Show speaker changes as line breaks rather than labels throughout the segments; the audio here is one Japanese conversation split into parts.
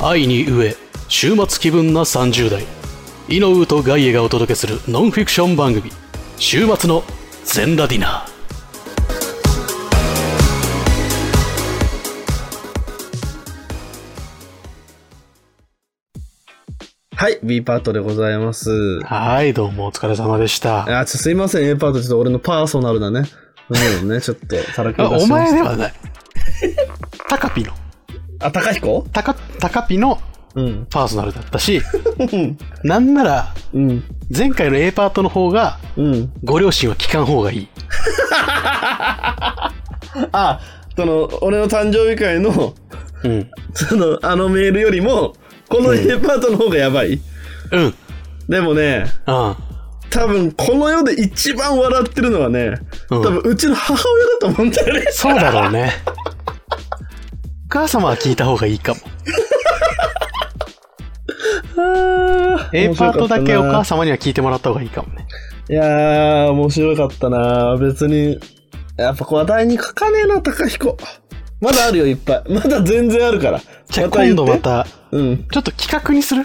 愛に飢え週末気分な30代イノウとガイエがお届けするノンフィクション番組「週末のゼンラディナー」
はい、B パートでございます。
はいどうもお疲れ様でした
あ、ちょすいません、A パート、ちょっと俺のパーソナルなね、部分をね、ちょっとさらけ出
あ
しました
お前では ないタカピの
あ、高彦
タカタカピの
うん。
パーソナルだったしなんなら
うん。
前回の A パートの方が
うん。
ご両親は聞かん方がいい
あ、その、俺の誕生日会の、
うん
その、あのメールよりも、この A パートの方がやばい。
うんうん
でもね、多分、この世で一番笑ってるのはね、
うん
多分、うちの母親だと思うんだよね。
そうだろう ねお母様は聞いた方がいいかも A パートだけお母
さ
様には聞いてもらった方がいいかもね。
ん。いやー、面白かったな別に、やっぱ話題に書かねえな、高彦。まだあるよ、いっぱい。まだ全然あるから。
じゃあ
また言
今
って
度ま。た、ち
うん。
ょっと企画にする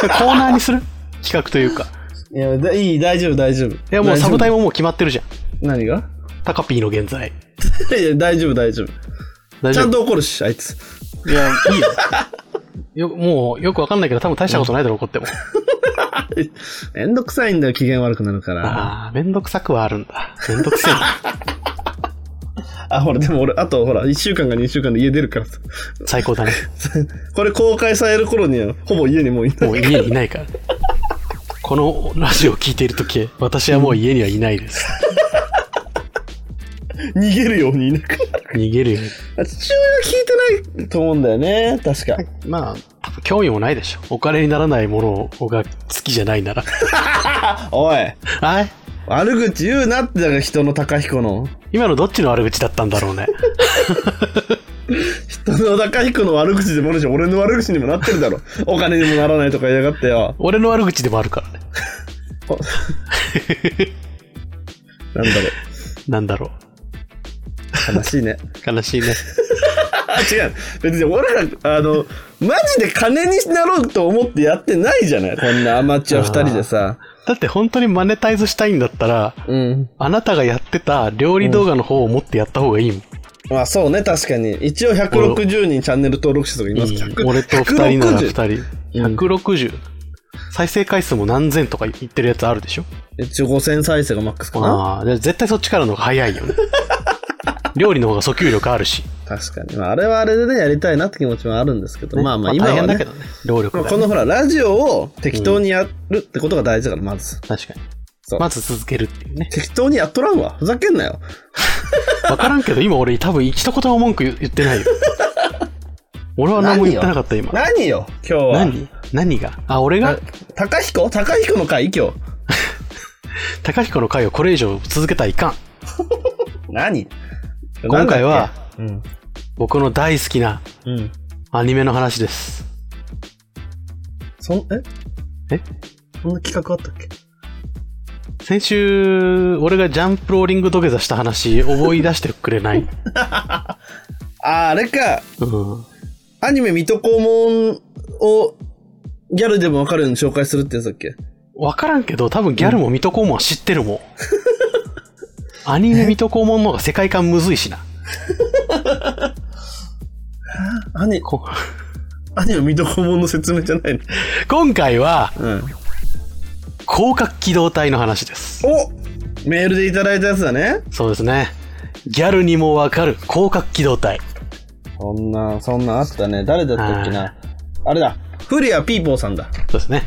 コーナーにする企画というか。
いや、だいい、大丈夫、大丈夫。い
いやもうサブタイ
ム。
ムもう決まってるじゃん。
何が
タカピーの現在。
いや、大丈夫、大丈夫。
大
ち
丈
ゃん
夫
と怒るし、あいつ。
いや、いいよ。よもうよくわかんないけど多分大したことないだろ、怒っても。
めんどくさいんだよ、機嫌悪くなるから。
ああ、めんどくさくはあるんだ。めんどくせえな。
あ、ほら、でも俺、あとほら、1週間か2週間で家出るからさ。
最高だね。
これ公開される頃には、ほぼ家にもういない
もう家にいないから。このラジオを聞いているとき、私はもう家にはいないです。
逃げるようにいなくなる。
逃げるよね。
父親は聞いてないと思うんだよね、確か。
まあ、多分興味もないでしょ。お金にならないものが好きじゃないなら。
おい、
はい
悪口言うなって、だから人の高彦の。
今のどっちの悪口だったんだろうね。
人の高彦の悪口でもあるし、俺の悪口にもなってるだろ。お金にもならないとか言いやがってよ。
俺の悪口でもあるからね。
おなんだろう。
なんだろ
悲しいね。
う。悲しいね。
あ、 違う。別に俺ら、あの、マジで金になろうと思ってやってないじゃないこんなアマチュア二人でさ。
だって本当にマネタイズしたいんだったら、
うん。
あなたがやってた料理動画の方を持ってやった方がいいもん。
まあそうね、確かに。一応160人チャンネル登録者とかいます
うん俺と二人なら二人。
うん
160。再生回数も何千とか言ってるやつあるでしょ
一応5000再生がマックスかな
ああ、じゃあ絶対そっちからの方が早いよ ね。料理の方が訴求力あるし。
確かに。まああれはあれでね、やりたいなって気持ちもあるんですけど、まあまあ今
大
は
変だけ
ね
ど。ね。労力
まあ
が、
このほら、ラジオを適当にやるってことが大事だから、まず。
確かに
そ。う
まず続けるっていうね。
適当にやっとらんわ。ふざけんなよ。
わからんけど、今俺多分一言も文句言ってない よ。俺は何も言ってなかった今。
何よ、今日は。
何何があ、俺が
あ高彦高彦の回今日。
高彦の回をこれ以上続けたらいかん。
何
今回は、
うん。
僕の大好きな
うん。
アニメの話です。
そん、え
え
そんな企画あったっけ
先週、俺がジャンプローリング土下座した話、思い出してくれ ない。
あー、あれか。
うん。
アニメ水戸黄門をギャルでもわかるように紹介するってやつだっけ
わからんけど、多分ギャルも水戸黄門は知って るもん。アニメ水戸黄門の方が世界観むずいしな。
アニ
こ
アニメ水戸黄門の説明じゃないの。
今回は、
うん。
広角機動隊の話です。
おメールでいただいたやつだね。
そうですね。ギャルにもわかる広角機動隊。
そんな、そんなあったね。誰だったっけな。あれだ。フリアピーポーさんだ。
そうですね。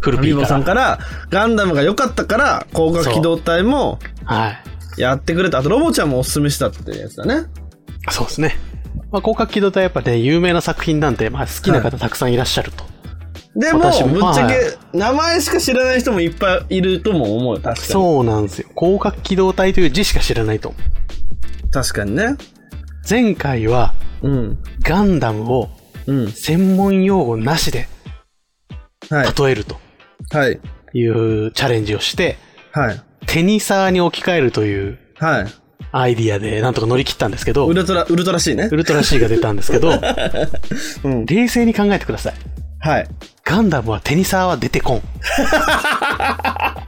フル
ピ
ピ
ーポ
ーか
ーさ
ら。
んから、ガンダムが良かったから、広角機動隊も
はい。
やってくれた。あと、ロボちゃんもおすすめしたってやつだね。
そうですね。まあ、広角機動隊やっぱね、有名な作品なんで、まあ、好きな方たくさんいらっしゃると。
でも、ぶっ
私も
ちゃ
は
け、名前しか知らない人もいっぱいいるとも思うよ。確かに。
そうなんですよ。広角機動隊という字しか知らないと思う。
確かにね。
前回は、
うん。
ガンダムを
うん。
専門用語なしで
はい。
例えると
はい。
いうチャレンジをして、
はい。
テニサーに置き換えるという
はい。
アイディアでなんとか乗り切ったんですけど
ウ、ルトラ、ウルトラしいね
ウ。ルトラ C が出たんですけど、
うん。
冷静に考えてください。
はい。
ガンダムはテニサーは出てこん。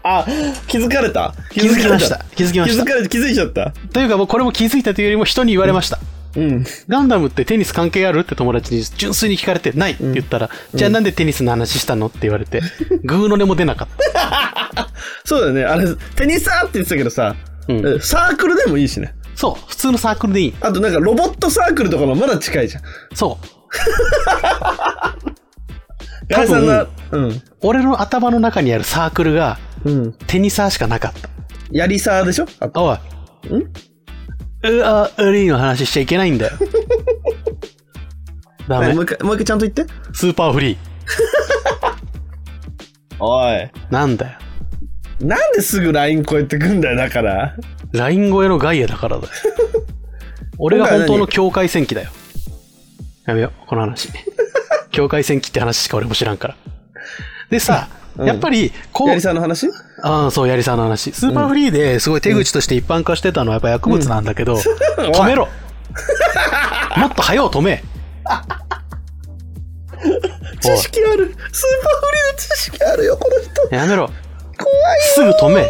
あ、気づかれた
気づきました。気づき
気
まし
づ
た。
かれて、気づいちゃった。
というかもうこれも気づいたというよりも人に言われました。
うん。
ガンダムってテニス関係あるって友達に純粋に聞かれてないって言ったら、じゃあなんでテニスの話したのって言われて、グーの音も出なかった。
そうだよね。あれ、テニサーって言ってたけどさ、
うん
えサークルでもいいしね。
そう、普通のサークルでいい。
あとなんかロボットサークルとかもまだ近いじゃん。
そう。
矢
多
部さんが
分、
うん。
俺の頭の中にあるサークルが
うん。
テニサーしかなかった。
やりサーでしょあと
おい。うあ、うりの話しちゃいけないんだよ。ダメ
も。う一回、もう一回ちゃんと言って。
スーパーフリー。
おい。
なんだよ。
なんですぐ LINE 超えてくんだよ、だから。
ライン越えのガイアだから だよ。俺が本当の境界戦記だよ。やめよう、この話。 境界戦記って話しか俺も知らんから。でさ、
うん
やっぱり、こう
や、りサーの話
ああ、そう、やりさんの話。スーパーフリーですごい手口として一般化してたのはやっぱ薬物なんだけど、 止めろもっと早う止め
知識ある。スーパーフリーの知識あるよ、この人。
やめろ
怖い
すぐ止め っ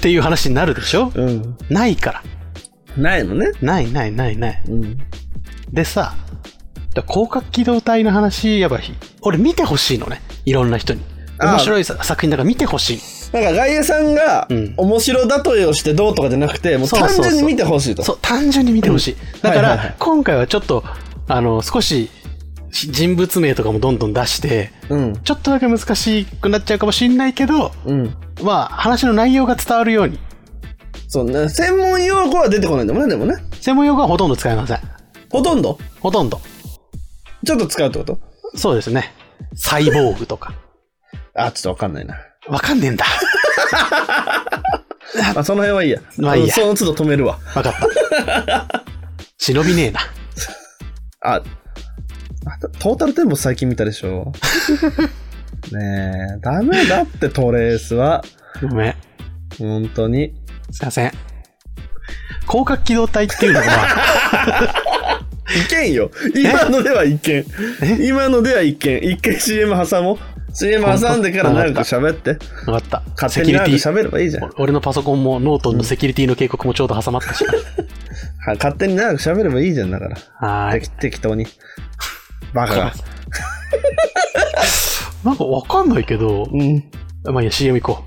ていう話になるでしょ
うん。
ないから。
ないのね。
ないないないない。
うん。
でさ、だ広角機動隊の話、やばい。俺見てほしいのね。いろんな人に。
ああ
面白いさ作品だから見てほしい。
なんか外野さんが
うん
面白だとえをしてどうとかじゃなくて、もう
そうそう
単
そう
純に見てほしいと。
そう、単純に見てほしい。だから、
はいはいはい
今回はちょっと、あの、少し、し人物名とかもどんどん出して、
うん。
ちょっとだけ難しくなっちゃうかもしんないけど、
うん。
まあ、話の内容が伝わるように。
そうね。専門用語は出てこないんだもんね、でもね。
専門用語はほとんど使いません。
ほとんど。
ほとんど。
ちょっと使うってこと
そうですね。サイボーグとか。
あ、ちょっとわかんない な。
わかんねえんだ。
まあ、その辺はいいや。
まあいいや
その都度止めるわ。
わかった。 忍びねえな。
あ、あとトータルテンボス最近見たでし ょねえ、ダメだってトレースは。
ごめん。
本当に。
すいません。広角機動隊っていうの は、
いけんよ。今のではいけん。今のではいけん。一回 CM 挟もう。CM 挟んでからなんか喋って。
わかった。セ
勝手
キ
に
ュ
なんか
リティ。
喋ればいいじゃん。は
俺のパソコンもノートのセキュリティの警告もちょうど挟まったし。
勝手になんか喋ればいいじゃんだから。
はーい
適。適当に。バ カが。
なんかわかんないけど、
うん。
まあいいや、CM 行こ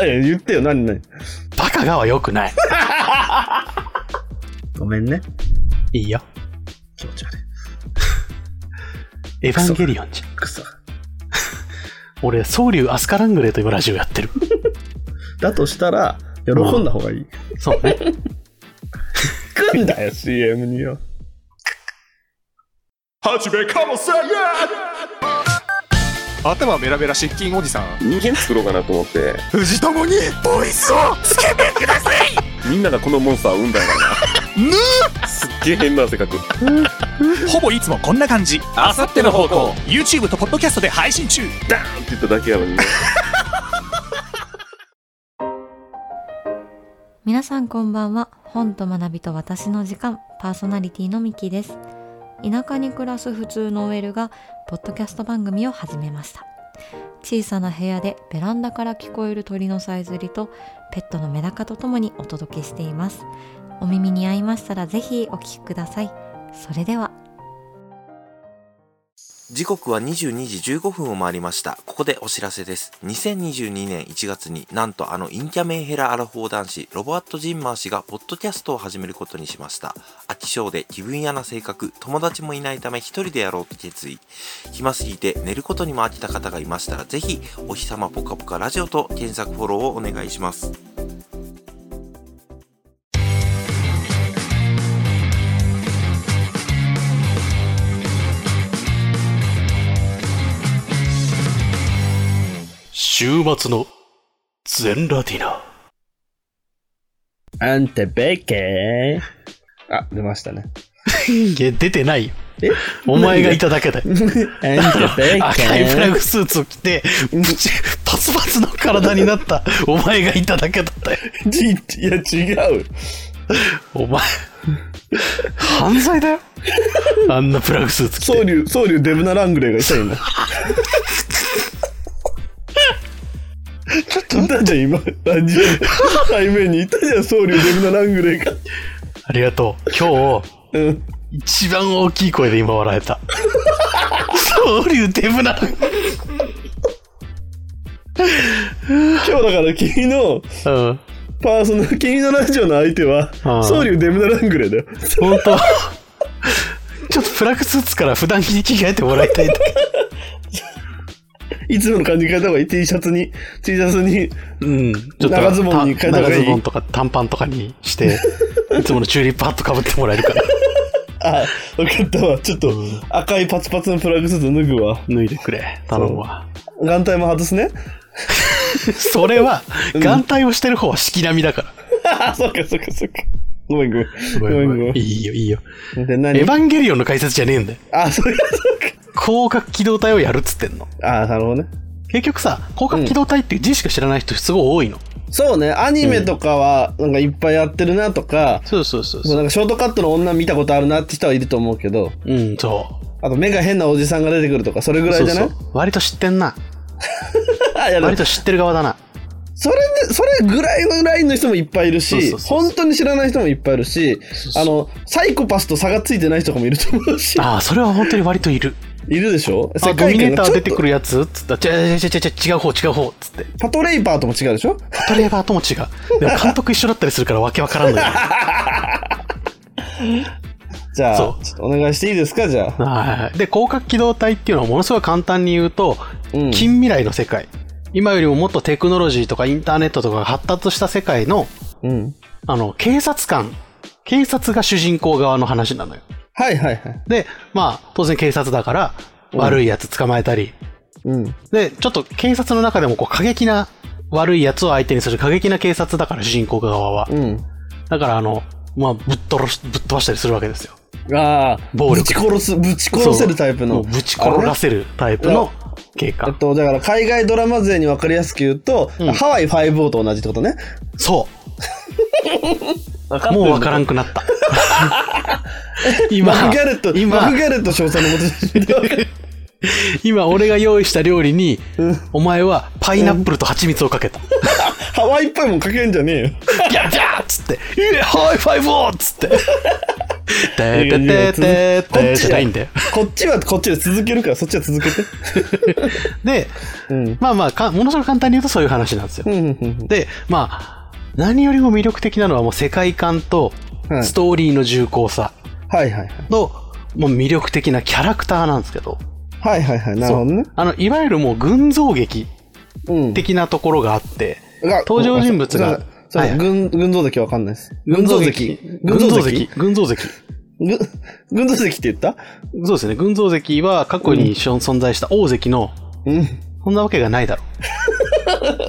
う。
言ってよ、何何。
バカがは良くない。
ごめんね。
いいよ。
気持ち悪い。
エヴァンゲリオンじゃん。
クソ。
俺、ソウリュウ・アスカラングレーと今ラジオやってる。
だとしたら、喜んだ方がいい。
そうね。
来んだよ、CM によ。
始めかもせんや
頭ベラベラ失禁おじさん
人間作ろうかなと思って
藤友にボイスをつけてください
みんながこのモンスターを産んだから
ぬ
なすっげえ変な性格
ほぼいつもこんな感じあさっての方向 YouTube とポッドキャストで配信中
ダーンって言っただけやのにね
皆さんこんばんは本と学びと私の時間パーソナリティのミキです田舎に暮らす普通の OL がポッドキャスト番組を始めました小さな部屋でベランダから聞こえる鳥のさえずりとペットのメダカとともにお届けしていますお耳に合いましたらぜひお聞きくださいそれでは
時刻は22時15分を回りました。ここでお知らせです。2022年1月になんとあのインキャメンヘラアラフォー男子、ロバート・ジンマー氏がポッドキャストを始めることにしました。飽き性で気分屋な性格、友達もいないため一人でやろうと決意。暇すぎて寝ることにも飽きた方がいましたら、ぜひお日様ぽかぽかラジオと検索フォローをお願いします。
週末の全ラディナ。
あんた、ベッケー。あ、出ましたね。
いや、出てないよ。
え
お前がいただけだよ。赤いフラグスーツを着て、プチパツパツの体になった、お前がいただけだったよ。
じいや、違う。
お前、犯罪だよ。あんなフラグスーツ着
僧
て。
侶、僧侶デブナラングレーがいたよ、今。ちょっといたじゃん、今。ラジオ。対面にいたじゃん、僧侶デブナラングレーが。
ありがとう。今日、
うん。
一番大きい声で今笑えた。そういうデブな。
今日だから君の
うん。
パーソナル、君のラジオの相手は、
ああ
僧侶デブナラングレーだよ。
本当。ちょっとフラグスーツから普段着に着替えてもらいたいんだけど。
いつもの感じ変えた方がいい。T シャツに、T シャツに、
うん。ちょっと
長ズボンに変えた方がいい
長ズボンとか短パンとかにして、いつものチューリップハットかぶってもらえるから。
あ、分かったわ。ちょっと赤いパツパツのプラグスーツ脱ぐわ。
脱いでくれ。頼むわ。
眼帯も外すね。
それは、眼帯をしてる方はしきらみだから。
あ、そっかそっかそっか。ごめんごめん。
ご
ごめ
め
ん
ん
ご
ご
め
め
ん
んい。いよ、いいよ。
で、
エヴ
何
ァンゲリオンの解説じゃねえんだよ。
あ、そっかそ
広角機動隊をやるっつってんの。
っ か。あ、なるほどね。
結局さ、広角機動隊っていう字しか知らない人すごい多いの。
そうね、アニメとかは、なんかいっぱいやってるなとか、
そうそうそう
そ
そ
う
う。
なんかショートカットの女見たことあるなって人はいると思うけど、
うん、そう。
あと目が変なおじさんが出てくるとか、それぐらいじゃない
そうそう割と知ってんな
あいやでも
割と知ってる側だな
それで、それぐらいのラインの人もいっぱいいるし、
そうそうそう
本当に知らない人もいっぱいいるし、あの、サイコパスと差がついてない人とかもいると思うし、
ああそれは本当に割といる
いるでしょ
あドミネーター出てく
る。
るやつつったら違う違う違う違う違う方違う方っつって
パトレイパーとも違うでしょ
パトレーバーとも違うでも監督一緒だったりするからわけわからんのよ
じゃあ、ちょ
そ
っとお願いしていいですかじゃあ。
はいで広角機動隊っていうのはものすごい簡単に言うと、
うん
近未来の世界今よりももっとテクノロジーとかインターネットとかが発達した世界の
うん。
あの警察官警察が主人公側の話なのよ
はいはいはい。
でまあ当然警察だから悪いやつ捕まえたり、
うん。
で、ちょっと警察の中でもこう過激な悪い奴を相手にする過激な警察だから主人公側は。
うん。
だからあの、まあ、ぶっ殺し、ぶっ飛ばしたりするわけですよ。
ああ、
暴力
ぶち殺す、ぶち殺せるタイプ
も
の。
うぶち殺らせるタイプの警
あ
官
れね。えっ。と、だから海外ドラマ勢に分かりやすく言うと、
うん
ハワイ5と同じってことね。
そう。もうわからんくなった。今
マクギャレット、マ
今
クギ、ャレット少佐の元 に
今俺が用意した料理に
うん、
お前はパイナップルと蜂蜜をかけた。
ハワイっぽいもんかけんじゃねえよ。
ギャッギャッつって、いやハイファイブをっつって。てててててじゃないんだよ。
こっちはこっちで続けるから、そっちは 続けて。
で、
うん。
まあまあか、ものすごく簡単に言うとそういう話なんですよ
う。んうんうん
で、まあ、何よりも魅力的なのはもう世界観と
うん。はい
ストーリーの重厚さ
はいはい。
の、もう魅力的なキャラクターなんですけど、
はいはいはい。なるほどね。
あの、いわゆるもう群像劇
うん。
的なところがあって、
が
登場人物が
そうそう
はい
群群像関わかんないです。群
群
像
像
関
劇。群像劇。
群群像関って言った
そうですね。群像関は過去に存在した大関の、
うん。
そんなわけがないだ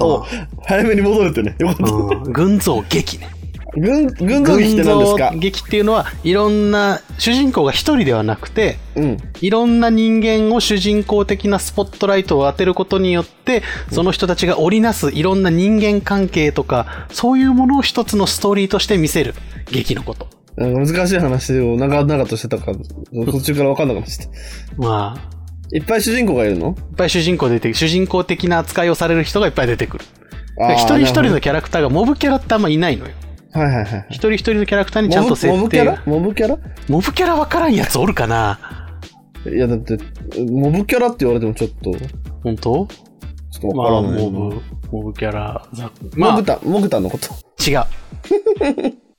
ろ
お早めに戻れてね。よかっ
う。うん、群像劇ね。
た。群群像劇って何ですか
群像劇っていうのはいろんな主人公が一人ではなくて、
うん。
いろんな人間を主人公的なスポットライトを当てることによって、その人たちが織りなすいろんな人間関係とか、そういうものを一つのストーリーとして見せる劇のこと。
なんか難しい話を長々としてたから、途中から分かんなくなっちゃっ
まあ、
た。いっぱい主人公がいるの
いっぱい主人公出て主人公的な扱いをされる人がいっぱい出てくる。
あー
一人一人
なる
のキャラクターが、モブキャラってあんまいないのよ。
ほどはいはいはい。
一人一人のキャラクターにちゃんと設定
モブモブキャラモブキャラ
モブキャラわからんやつおるかない
やだって、モブキャラって言われてもちょっと、ちょ
本当
っと
ま
わか
あ、
らないな。
モブ、モブキャラ。ざ
モ
まあ
グ、タ、モグタのこと。
違う。いわ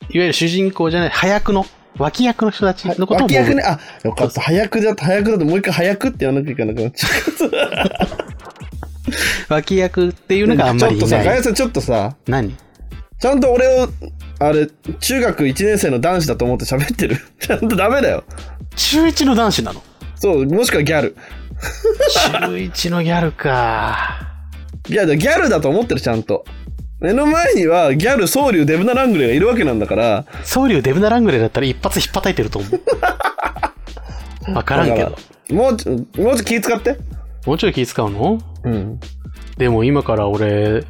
ゆる主人公じゃない、早くの、脇役の人たちのことを
脇
モ
役
ブ
ね。あ、よかった。早くだと、早くだと、もう一回早くって言わなきゃいけなくなっちゃ
脇役っていう
う。
のがあんまり
ちょ
い
っとさ、
な
ガヤ
い。
さん、ちょっとさ、
何
ちゃんと俺を、あれ、中学1年生の男子だと思って喋ってる。 ちゃんとダメだよ。
中1の男子なの
そう、もしくはギャル。
中1のギャルか。
いや、ギャルだと思ってる、ちゃんと。目の前には、ギャル、僧侶、デブナラングレーがいるわけなんだから、
ソウリュウデブナラングレーだったら一発引っ叩いてると思う。 わからんけど。
もうちょ、もうちょ気使って。
もうちょい気使うの
うん。
でも今から俺、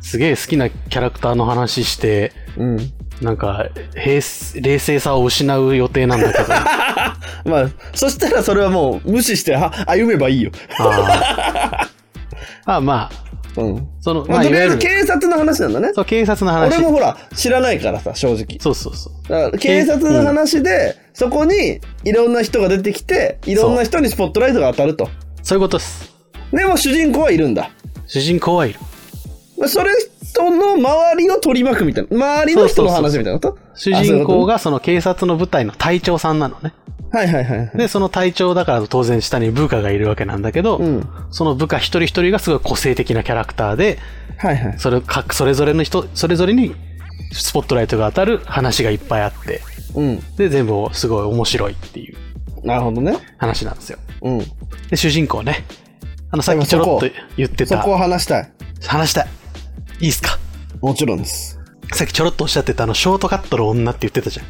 すげえ好きなキャラクターの話して、
うん。
なんか、平す冷静さを失う予定なんだけ ど。あ
まあ、そしたらそれはもう無視して、は、歩めばいいよ。
あああまあ、
うん。
その、
ま
ま
あ、
あ、
と
い
り
わ
あえ
ゆ
ず
る、
警察の話なんだね。
そう、警察の話
俺。もほら、知らないからさ、正直。
そうそうそう。
だから警察の話で、そこにいろんな人が出てきて、いろんな人にスポットライトが当たると。
そういうことです。
でも主人公はいるんだ。
主人公はいる。
それ人の周りを取り巻くみたいな。周りの人の話みたいなこと
主人公。
あ
がその警察の部隊の隊長さんなのね。
そういうことはいはいはいはい。
で、その隊長だから当然下に部下がいるわけなんだけど、
うん。
その部下一人一人がすごい個性的なキャラクターで、
はいはい。
それかそれぞれの人、それぞれにスポットライトが当たる話がいっぱいあって、
うん。
で、全部すごい面白いっていう
なるほどね。
話なんですよ。
うん。
で、主人公ね。あの、さっきちょろっと
でも
言って
そ
た
こ、を話したい。
話したい。いいっすか
もちろんです。
さっきちょろっとおっしゃってたあの、ショートカットの女って言ってたじゃん。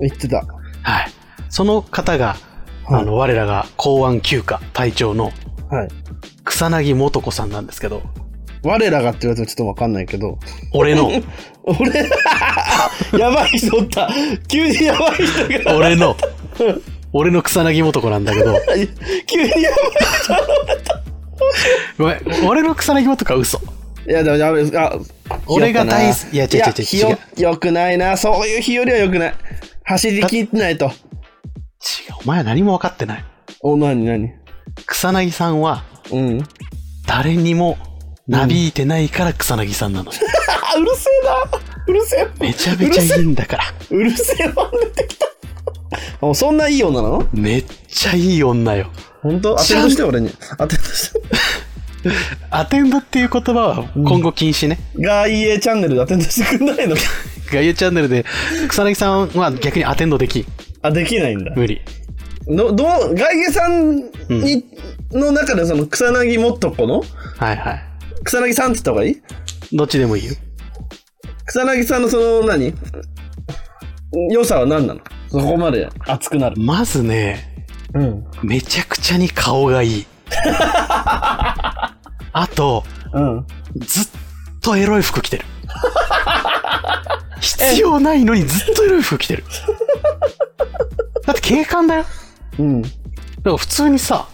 言ってた。
はい。その方が、
はい
あの、我らが公安休暇隊長の
はい。
草薙素子さんなんですけど、
我らがって言われてもちょっとわかんないけど。
俺の、
俺、 やばい人おった。急にやばい人が。
俺の、俺の草薙素子なんだけど、
急にやばい。
ごめん、俺の草薙素子は嘘。
いや、でもやべえ。あ、
俺が大好き
いや、
いや違う違う
日よ
違う
よくないな。そういう日よりはよくない。走りきってないと。
違う、お前は何も分かってない。
お、なになに
草薙さんは、
うん。
誰にもなびいてないから草薙さんなの。
あ、うるせえな。うるせえ。
めちゃめちゃいいんだ から。
うるせえワン出てきた。あそんないい女なの
めっちゃいい女よ。
本当当て
ちゃん
として俺に。当てとして。
アテンドっていう言葉は今後禁止ね。
ガイエチャンネルで当てとしてくんないの
ガイエチャンネルで草薙さんは逆にアテンドできん。
あ、できないんだ。
無理。
のどうガイエさんに、の中でその草薙もっとこの
はいはい。
草薙さんって言った方がいい
どっちでもいいよ。
草薙さんのその何良さは何なのそこまで熱くなる。
まずね、
うん。
めちゃくちゃに顔が いい。あと、
うん。
ずっとエロい服着てる。 必要ないのにずっとエロい服着てる。だって警官だよ。だ
うん。
から普通にさ、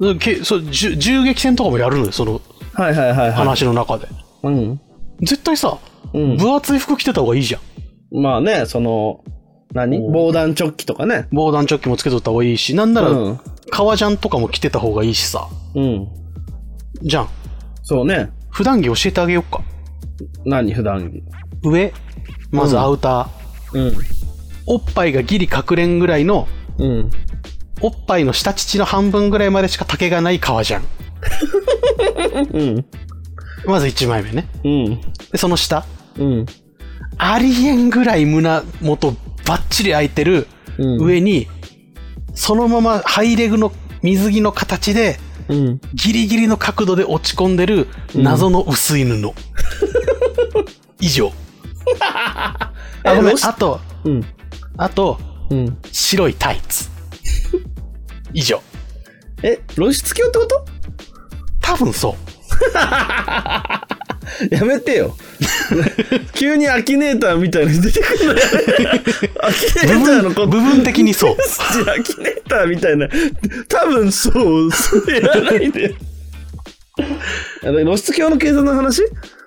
うん。
けそう銃銃撃戦とかもやるのよ、その
はいはいはいは
話の中で。
い。うん。
絶対さ、
うん。
分厚い服着てた方がいいじゃん。
まあね、その、何防弾チョッキとかね。
防弾チョッキもつけとった方がいいし、なんな
う
ら
ん。
革ジャンとかも着てた方がいいしさ。
うん。
じゃん。
そうね。
普段着教えてあげよっか。
何普段着。
上、まず
うん
アウター。
うん。
おっぱいがギリ隠れんぐらいの、
うん。
おっぱいの下乳の半分ぐらいまでしか丈がない革ジャン。
うん。
まず1枚目ね。
うん。
で、その下。
うん。
ありえんぐらい胸元バッチリ開いてる
うん
上に、そのままハイレグの水着の形で、
うん。
ギリギリの角度で落ち込んでる謎の薄い布。 以上。あ、ごめん。あと、
うん。
あと、
うん。
白いタイツ。以上。
え、露出鏡ってこと
多分そう。
やめてよ。 急にアキネーターみたいなの出てくるのや めてアキネ
部
ーターの
分
こと。
部分的に そう。
アキネーターみたいな。多分そう、そうやらないで。あの露出鏡の計算の話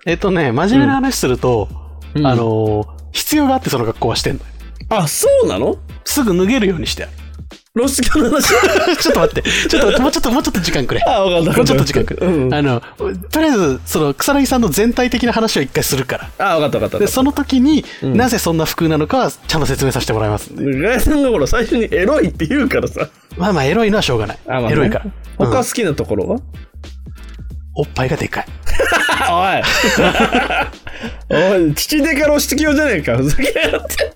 えっとね、真面目な話すると、
うん
あのー必要があってその格好はしてんのよ。
あ、そうなの
すぐ脱げるようにしてある。
露出鏡の話
ちょっと待って、ちょっと待って、もうちょっと、もうちょっと時間くれ。
あ、わかった。
もうちょっと時間くれ。
うん。
あの、とりあえず、その、草薙さんの全体的な話を一回するから。
あ、わかったわかった。
で、その時に、
ん
なぜそんな服なのかは、ちゃんと説明させてもらいますんで。
ガイさんがほら、最初にエロいって言うからさ。
まあまあ、エロいのはしょうがない。
あまあね
エロいから。うん
他好きなところは、
おっぱいがでかい。
あ おいおい、父でか露出鏡じゃねえか。ふざけやがって。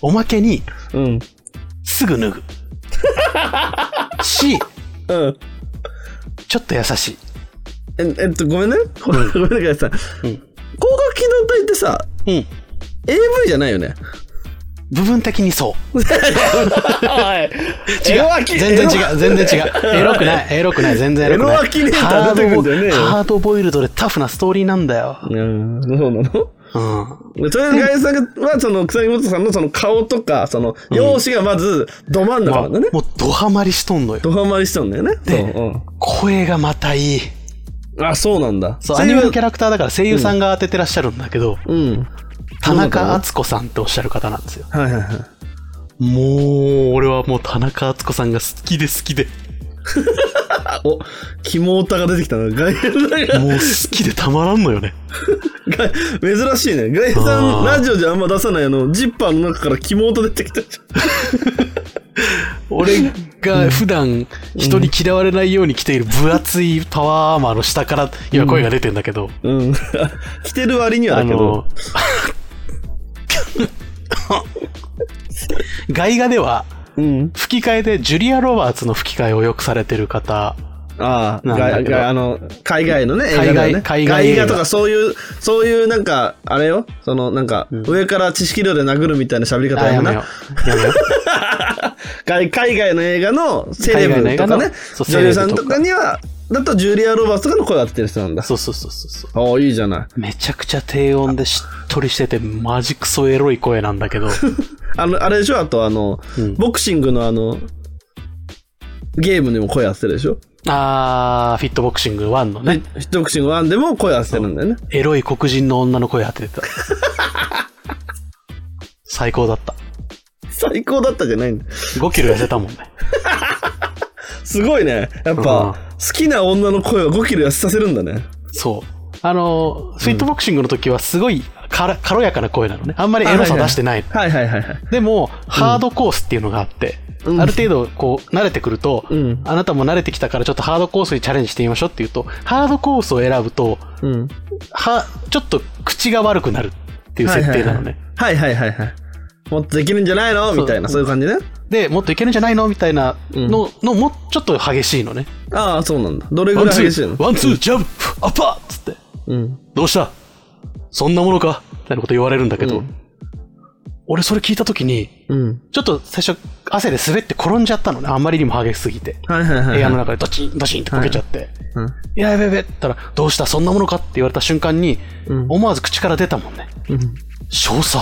おまけに、
うん。
すぐ脱ぐ。し、
うん。
ちょっと優しい。
ええっと、ごめんね。 ごめんごめんね、ガイさん。高額機動隊ってさ、
うん。
AV じゃないよね。
部分的にそう。
はい。
違
エロ
う
脇
全然違う全然違うエロくないエロくない全然エロくない
エロ脇ネタ出てくんじゃねえよ
ハードボハードボイルドでタフなストーリーなんだよ、
うん、そうなの
うん、
とりあえず、ガイさんは、その、草木本さんのその顔とか、その、容姿がまず、ど真ん中なんだね。
もうドハマりしとんのよ
ドハマりしたんだよね。そう、う
声がまたいい
ん。あ、そうなんだ。
そうアニメのキャ
ラ。
ラクターだから声優さんが当ててらっしゃるんだけど、
うん。
田中敦子さんっておっしゃる方なんですよ
はいはいはい。
もう俺はもう田中敦子さんが好きで好きで
あ、お、キモオタが出てきたな。ガイさん
もう好きでたまらんのよね
が、珍しいね。ガイさ
あー
ん、ラジオじゃあんま出さないあの、ジッパーの中からキモオタ出てきたじ
俺が普段人に嫌われないように着ている分厚いパワーアーマーの下から今声が出てんだけど、
ゃん。うん。 着てる割にはだけど。
あの外画では
うん。
吹き替えでジュリア・ロバーツの吹き替えをよくされてる方
ああ、
なんだ
が
けど
があの、海外のね、映
海
画だ
外
よね。
海外映画
外とかそういう、そういうなんか、あれよ、そのなんか、上から知識量で殴るみたいな喋り方
あ
や
や
め
めよう
な。
やめよう
海海 外の映画のセレブとか
海外の映画
ね
のそう、
女優さん
セレブ
と
とか
かには、だとジュリア・ロバーツとかの声を当ててる人なんだ。
そうそうそうそうそう
ああ、いいじゃない。
めちゃくちゃ低音でしっとりしててマジクソエロい声なんだけ ど
あの、あれでしょあとあの、
うん
ボクシングのあの、ゲームにも声当ててるでしょ
あーフィットボクシング1のね
でヒットボクシング1でも声当ててるんだよね。
エロい黒人の女の声当ててた 最高だった
最高だったじゃないんだ。
5キロ痩せたもんね
すごいね。やっ
うん
ぱ、好きな女の声を5キロ痩せさせるんだね。
そう。あの、スイートボクシングの時はすごい軽軽やかな声なのね。あんまりエロさ出してないの。
はいはいはいはい。
でも、ハードコースっていうのがあって、
うん
ある程度こう慣れてくると、
うん
あなたも慣れてきたからちょっとハードコースにチャレンジしてみましょうっていうと、ハードコースを選ぶと、
うん。
は、ちょっと口が悪くなるっていう設定なのね。
はいはいはいはい。もっとできるんじゃないの
そう
みたいな、そういう感じね。
で、もっといけるんじゃないのみたいなの、の、もうちょっと激しいのね。
ああ、そうなんだ。どれ
ワ
ぐ
ン
ら
ツ
い激しいの
ー、ワンツー、ジャンプ、アッパーっつって。
うん。
どうしたそんなものかみたいなこと言われるんだけど、
うん
俺それ聞いた時に、
うん。
ちょっと最初汗で滑って転んじゃったのね。あんまりにも激しすぎて。
はいはいは
部
い
屋の
はい。
中でドチンドチンってこけちゃって。
うん
いや、やべやべって言ったら、どうしたそんなものかって言われた瞬間に、
うん
思わず口から出たもんね。
うん
少佐。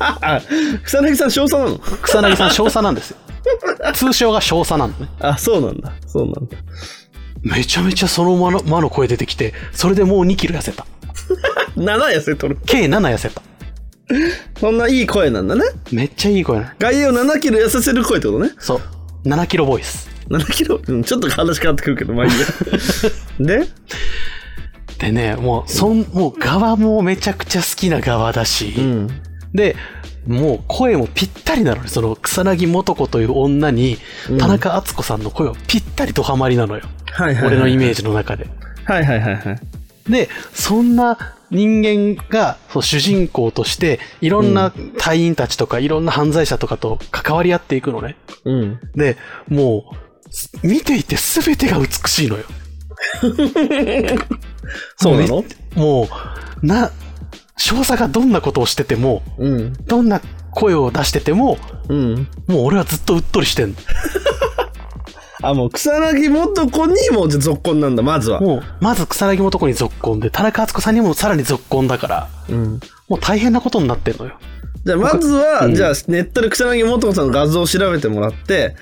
あ、草薙さん少佐なの
草薙 さん少佐なんですよ。通称が少佐なのね。
あ、そうなんだ。そうなんだ。
めちゃめちゃその間の間の声出てきて、それでもう2キロ痩せた。
7痩せとる。
計7痩せた。
そんないい声なんだね。
めっちゃいい声なの。
外野を7キロ痩せせる声ってことね。
そう。7キロボイス。
7キロ、うん、ちょっと話変わってくるけど、まあいい や。で
でね、もう、そん、もう側もめちゃくちゃ好きな側だし、
うん。
で、もう声もぴったりなのね、その草薙素子という女に、
うん
田中敦子さんの声はぴったりとハマりなのよ。
はいはい、はい。
俺のイメー
ジ。
ジの中で。
はいはいはいはい。
で、そんな人間がそう主人公として、いろんな隊員たちとか、いろんな犯罪者とかと関わり合っていくのね。
うん。
で、もう、見ていて全てが美しいのよ。
そうなの
もう、な、少佐がどんなことをしてても、
うん。
どんな声を出してても、
うん。
もう俺はずっとうっとりしてんの。
あ、もう草薙元子にもう続婚なんだ、まずは。
もう、まず草薙男に続婚で、田中敦子さんにもさらに続婚だから、
うん。
もう大変なことになってんのよ。
じゃあ、まずは、
うん
じゃあ、ネットで草薙元子さんの画像を調べてもらって、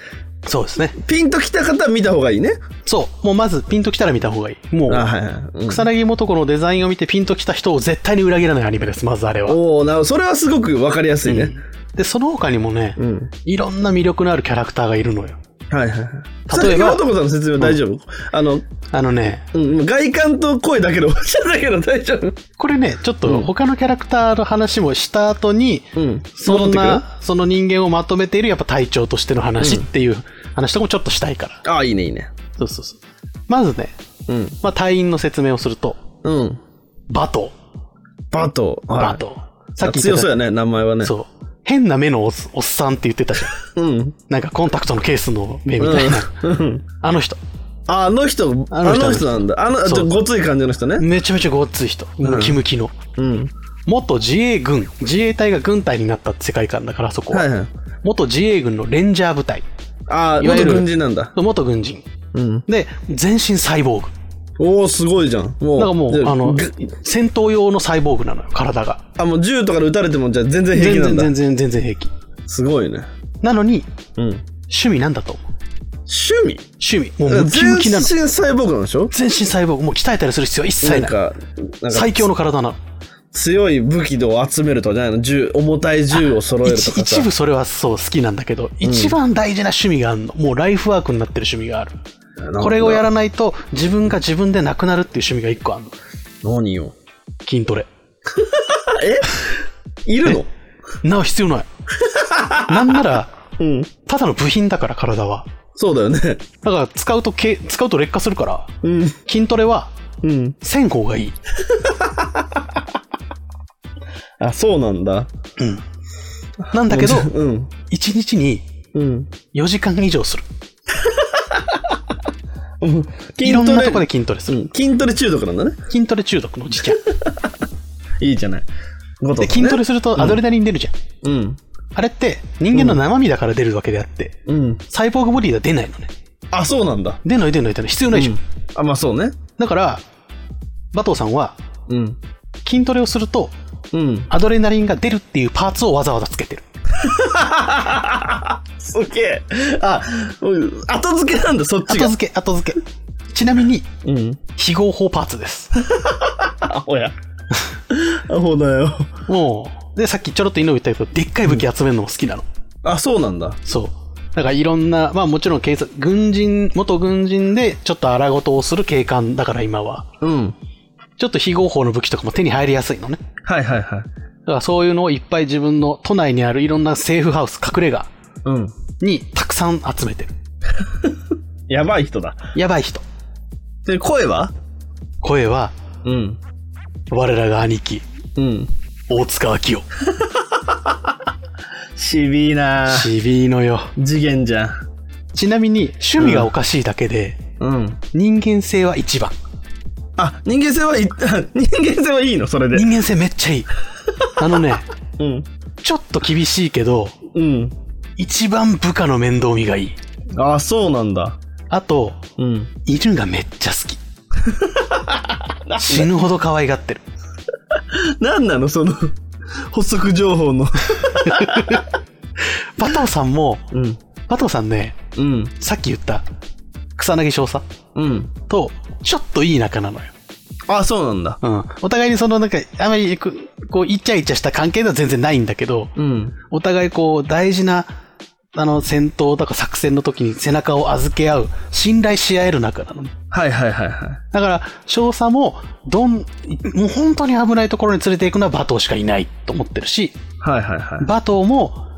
そうですね。
ピンときた方は見た方がいいね。
そう。もうまずピンときたら見た方がいい。もう、
あ、はいはい。うん
草薙男のデザインを見てピンときた人を絶対に裏切らないアニメです、まずあれは。
おおなるほどそれはすごくわかりやすいね。
で、その他にもね、
うん。
いろんな魅力のあるキャラクターがいるのよ。
はいはいはい。
例えば
草薙元子さんの説明は大丈夫あの、
あのね、
うん、外観と声だけ で終わっちゃったけど大丈夫
これね、ちょっ
う
と
ん
他のキャラクターの話もした後に、
うん。
そん
戻って
な、その人間をまとめているやっぱ隊長としての話っていう話とかもちょっとしたいから。
くるああ、いいねいいね。
そうそうそう。まずね、
うん。
まあ、隊員の説明をすると、
うん。
バト
バト。
ー、
はい
バトー。さっき言ってた
強そうやね、名前はね。
そう変な目のおっおっさんって言ってたじゃん。
う。うん。
なんかコンタクトのケースの目みたいな。
うん。
あの人、
ああの人、あ
あの人
の人なんだ。あの、ち
そ
ょ
う
ごつい感じの人ね。
めちゃめちゃごっつい人。ムキムキの。
うん。
元自衛軍、自衛隊が軍隊になった世界観だから、そこは。
はいはい。
元自衛軍のレンジャー部隊。
ああ、
いわゆ
元
る
軍人なんだ。
元軍人。
うん。
で、全身サイボーグ。
おお、すごいじゃん。も
だ
う。
からも
じ
う、
ゃ
あの
ぐ、
戦闘用のサイボーグなのよ、体が。
あ、もう銃とかで撃たれても、じゃあ全然平気
全
なん
然、
だ
全。然、全然平気。
すごいね。
なのに、
うん。
趣味なんだと思う。
趣味
趣味。もうムキムキなの。
全身サイボーグなんでしょ
全身サイボーグ。もう鍛えたりする必要は一
な
切
ん
ない。
か、なんか
最強の体なの。
強い武器を集めるとかじゃないの銃、重たい銃を揃えると
一
かさ
一。部それはそう好きなんだけど、一番大事な趣味があるのもうライフワークになってる趣味がある
な
これをやらないと自分が自分でなくなるっていう趣味が一個あるの
何よ。
筋トレ
いるの
な必要ない なんなら
うん。
ただの部品だから体は
そうだよね。
だから使うとけ使うと劣化するから
うん。
筋トレは
うん。
線香がいい
あ、そうなんだ。
なんだけど
うん。
1日に
うん。
4時間以上するい
筋
ろん
ト
な
レ
とこで筋トレす
う
る、
ん、筋トレ中毒なんだね。
筋トレ中毒のおじちゃん
いいじゃない。後
で筋トレするとアドレナリン出るじゃん、
うん。
あれって人間の生身だから出るわけであって、
うん。
サイボーグボディでは出ないのね
あ、そうなんだ。
出ない出ない出ない必要ないじゃん、
うんあ、まあそうね。
だから馬頭さんは
うん。
筋トレをすると
うん。
アドレナリンが出るっていうパーツをわざわざつけてる
すげえ。あ、うん後付けなんだ、そっち
後
が。
付け後付けちなみに
うん。
非合法パーツ です
ア ホや。アホだよ。
もうでさっきちょろっと井上言ったけどでっかい武器集めるのも好きなの、
あ、そうなんだ。
そうだからいろんなまあもちろん警察軍人元軍人でちょっと荒事をする警官だから今は
うん。
ちょっと非合法の武器とかも手に入りやすいのね
はいはいはい。
だからそういうのをいっぱい自分の都内にあるいろんなセーフハウス隠れ家
うん。
にたくさん集めてる
やばい人だ。
やばい人
で、声は
声は
うん。
我らが兄貴
うん。
大塚明夫
しびいな
ちびいのよ
次元じゃん。
ちなみに趣味がおかしいだけで、
うん。
人間性は一番
あ、人間性はい い、人間性はいいのそれで。
人間性めっちゃいいあのね
うん。
ちょっと厳しいけど
うん。
一番部下の面倒見がいい
あ、そうなんだ。
あと
うん。
犬がめっちゃ好き死ぬほど可愛がってる
なんなのその、補足情報の。
バトさんも
うん。
バトさんね
うん。
さっき言った草薙少佐
うん。
とちょっといい仲なのよ
あ、そうなんだ。
うん、お互いにそのなんかあまりこうこうイチャイチャした関係では全然ないんだけど
うん。
お互いこう大事なあの戦闘とか作戦の時に背中を預け合う信頼し合える仲なのね
はいはいはいはい。
だから少佐もどんもう本当に危ないところに連れていくのは馬頭しかいないと思ってるし
はいはいはい。
馬頭も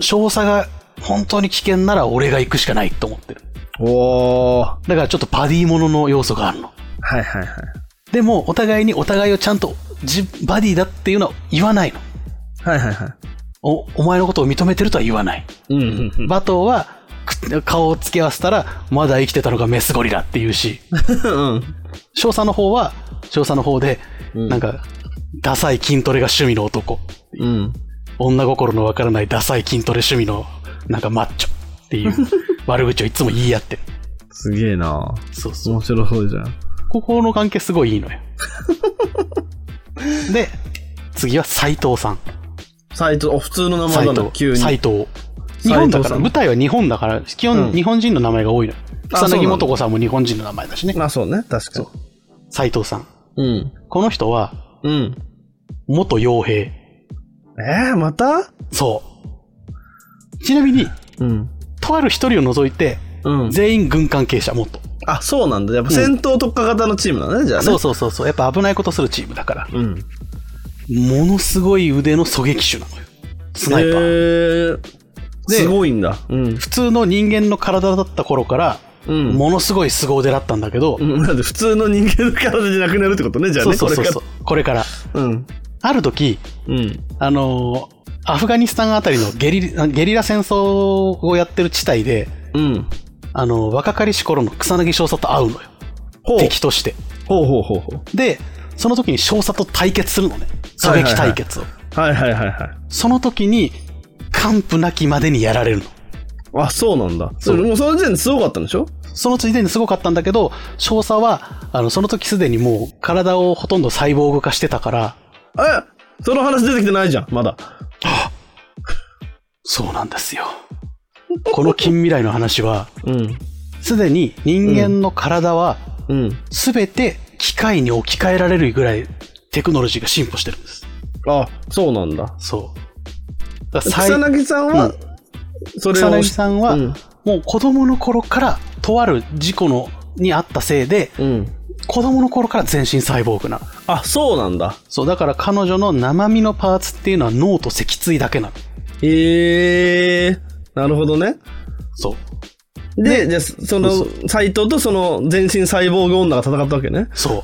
少佐が本当に危険なら俺が行くしかないと思ってる
おー。
だからちょっとバディものの要素があるの
はいはいはい。
でもお互いにお互いをちゃんとじバディだっていうのは言わないの
はいはいはい。
おお前のことを認めてるとは言わない
うんうんうん。
バトはく顔を付け合わせたらまだ生きてたのがメスゴリラっていうし
うん。
少佐の方は少佐の方で、
うん
なんかダサい筋トレが趣味の男
うん。
女心のわからないダサい筋トレ趣味のなんかマッチョって いう悪口をいつも言い合ってる
すげえな
そうそう
面白そうじゃん。
ここの関係すごいいい のよで次は斎藤さん
サイト、お、普通の名前
斎
だな、急
藤斎
に。
藤日本だから
斉藤さん
舞台は日本だから基
うん
本日本人の名前が多いのよ
あ
草
そうな
薙
んだ
素子さんも日本人の名前だしね
まあそうね、確かに。
斎藤さん
うん。
この人は
うん。
元傭兵
えー、また
そうちなみに
うん。
とある一人を除いて
うん。
全員軍関係者元、
あ、そうなんだ。やっぱ戦闘特化型のチームなんだね、じゃあね。
そうそうそうそうやっぱ危ないことするチームだから
うん。
ものすごい腕の狙撃手なのよスナイパー、
へー
です
ごいんだ。うん。
普通の人間の体だった頃から
うん。
ものすごい凄腕だったんだけど、
うんなんで普通の人間の体じゃなくなるってことね、じゃあ
そう
ね。
そうそうそうこれから
これから。うん。
ある時
うん。
あのーアフガニスタンあたりのゲリラゲリラ戦争をやってる地帯で、
うん。
あのー若かりし頃の草薙少佐と会うのよ。
ほう。
敵として。
ほうほうほうほ
で、その時に少佐と対決するのね。狙
はいはいはい
撃対決を。
はいはいはいはい。
その時に、完膚なきまでにやられるの。
あ、そうなんだ。
そ
そうれもうその時点ですごかったんでしょ
そのついでにすごかったんだけど、少佐は、あの、その時すでにもう体をほとんど細胞化してたから、
えその話出てきてないじゃん、まだ。
そうなんですよ。この近未来の話は、
うん。
すでに人間の体は
うん。
全て機械に置き換えられるぐらいテクノロジーが進歩してるんです。
あ、そうなんだ。
そう。だから
草
最
薙さん
う
は、
ん
それ
草
を
薙さんは、
うん
もう子供の頃からとある事故のにあったせいで、
うん。
子供の頃から全身サイボーグな。
あ、そうなんだ。
そう、だから彼女の生身のパーツっていうのは脳と脊椎だけなの。
へえー。なるほどね。
そう。
で、じゃあそ
そ
の、斎藤とその全身サイボーグ女が戦ったわけね。
そ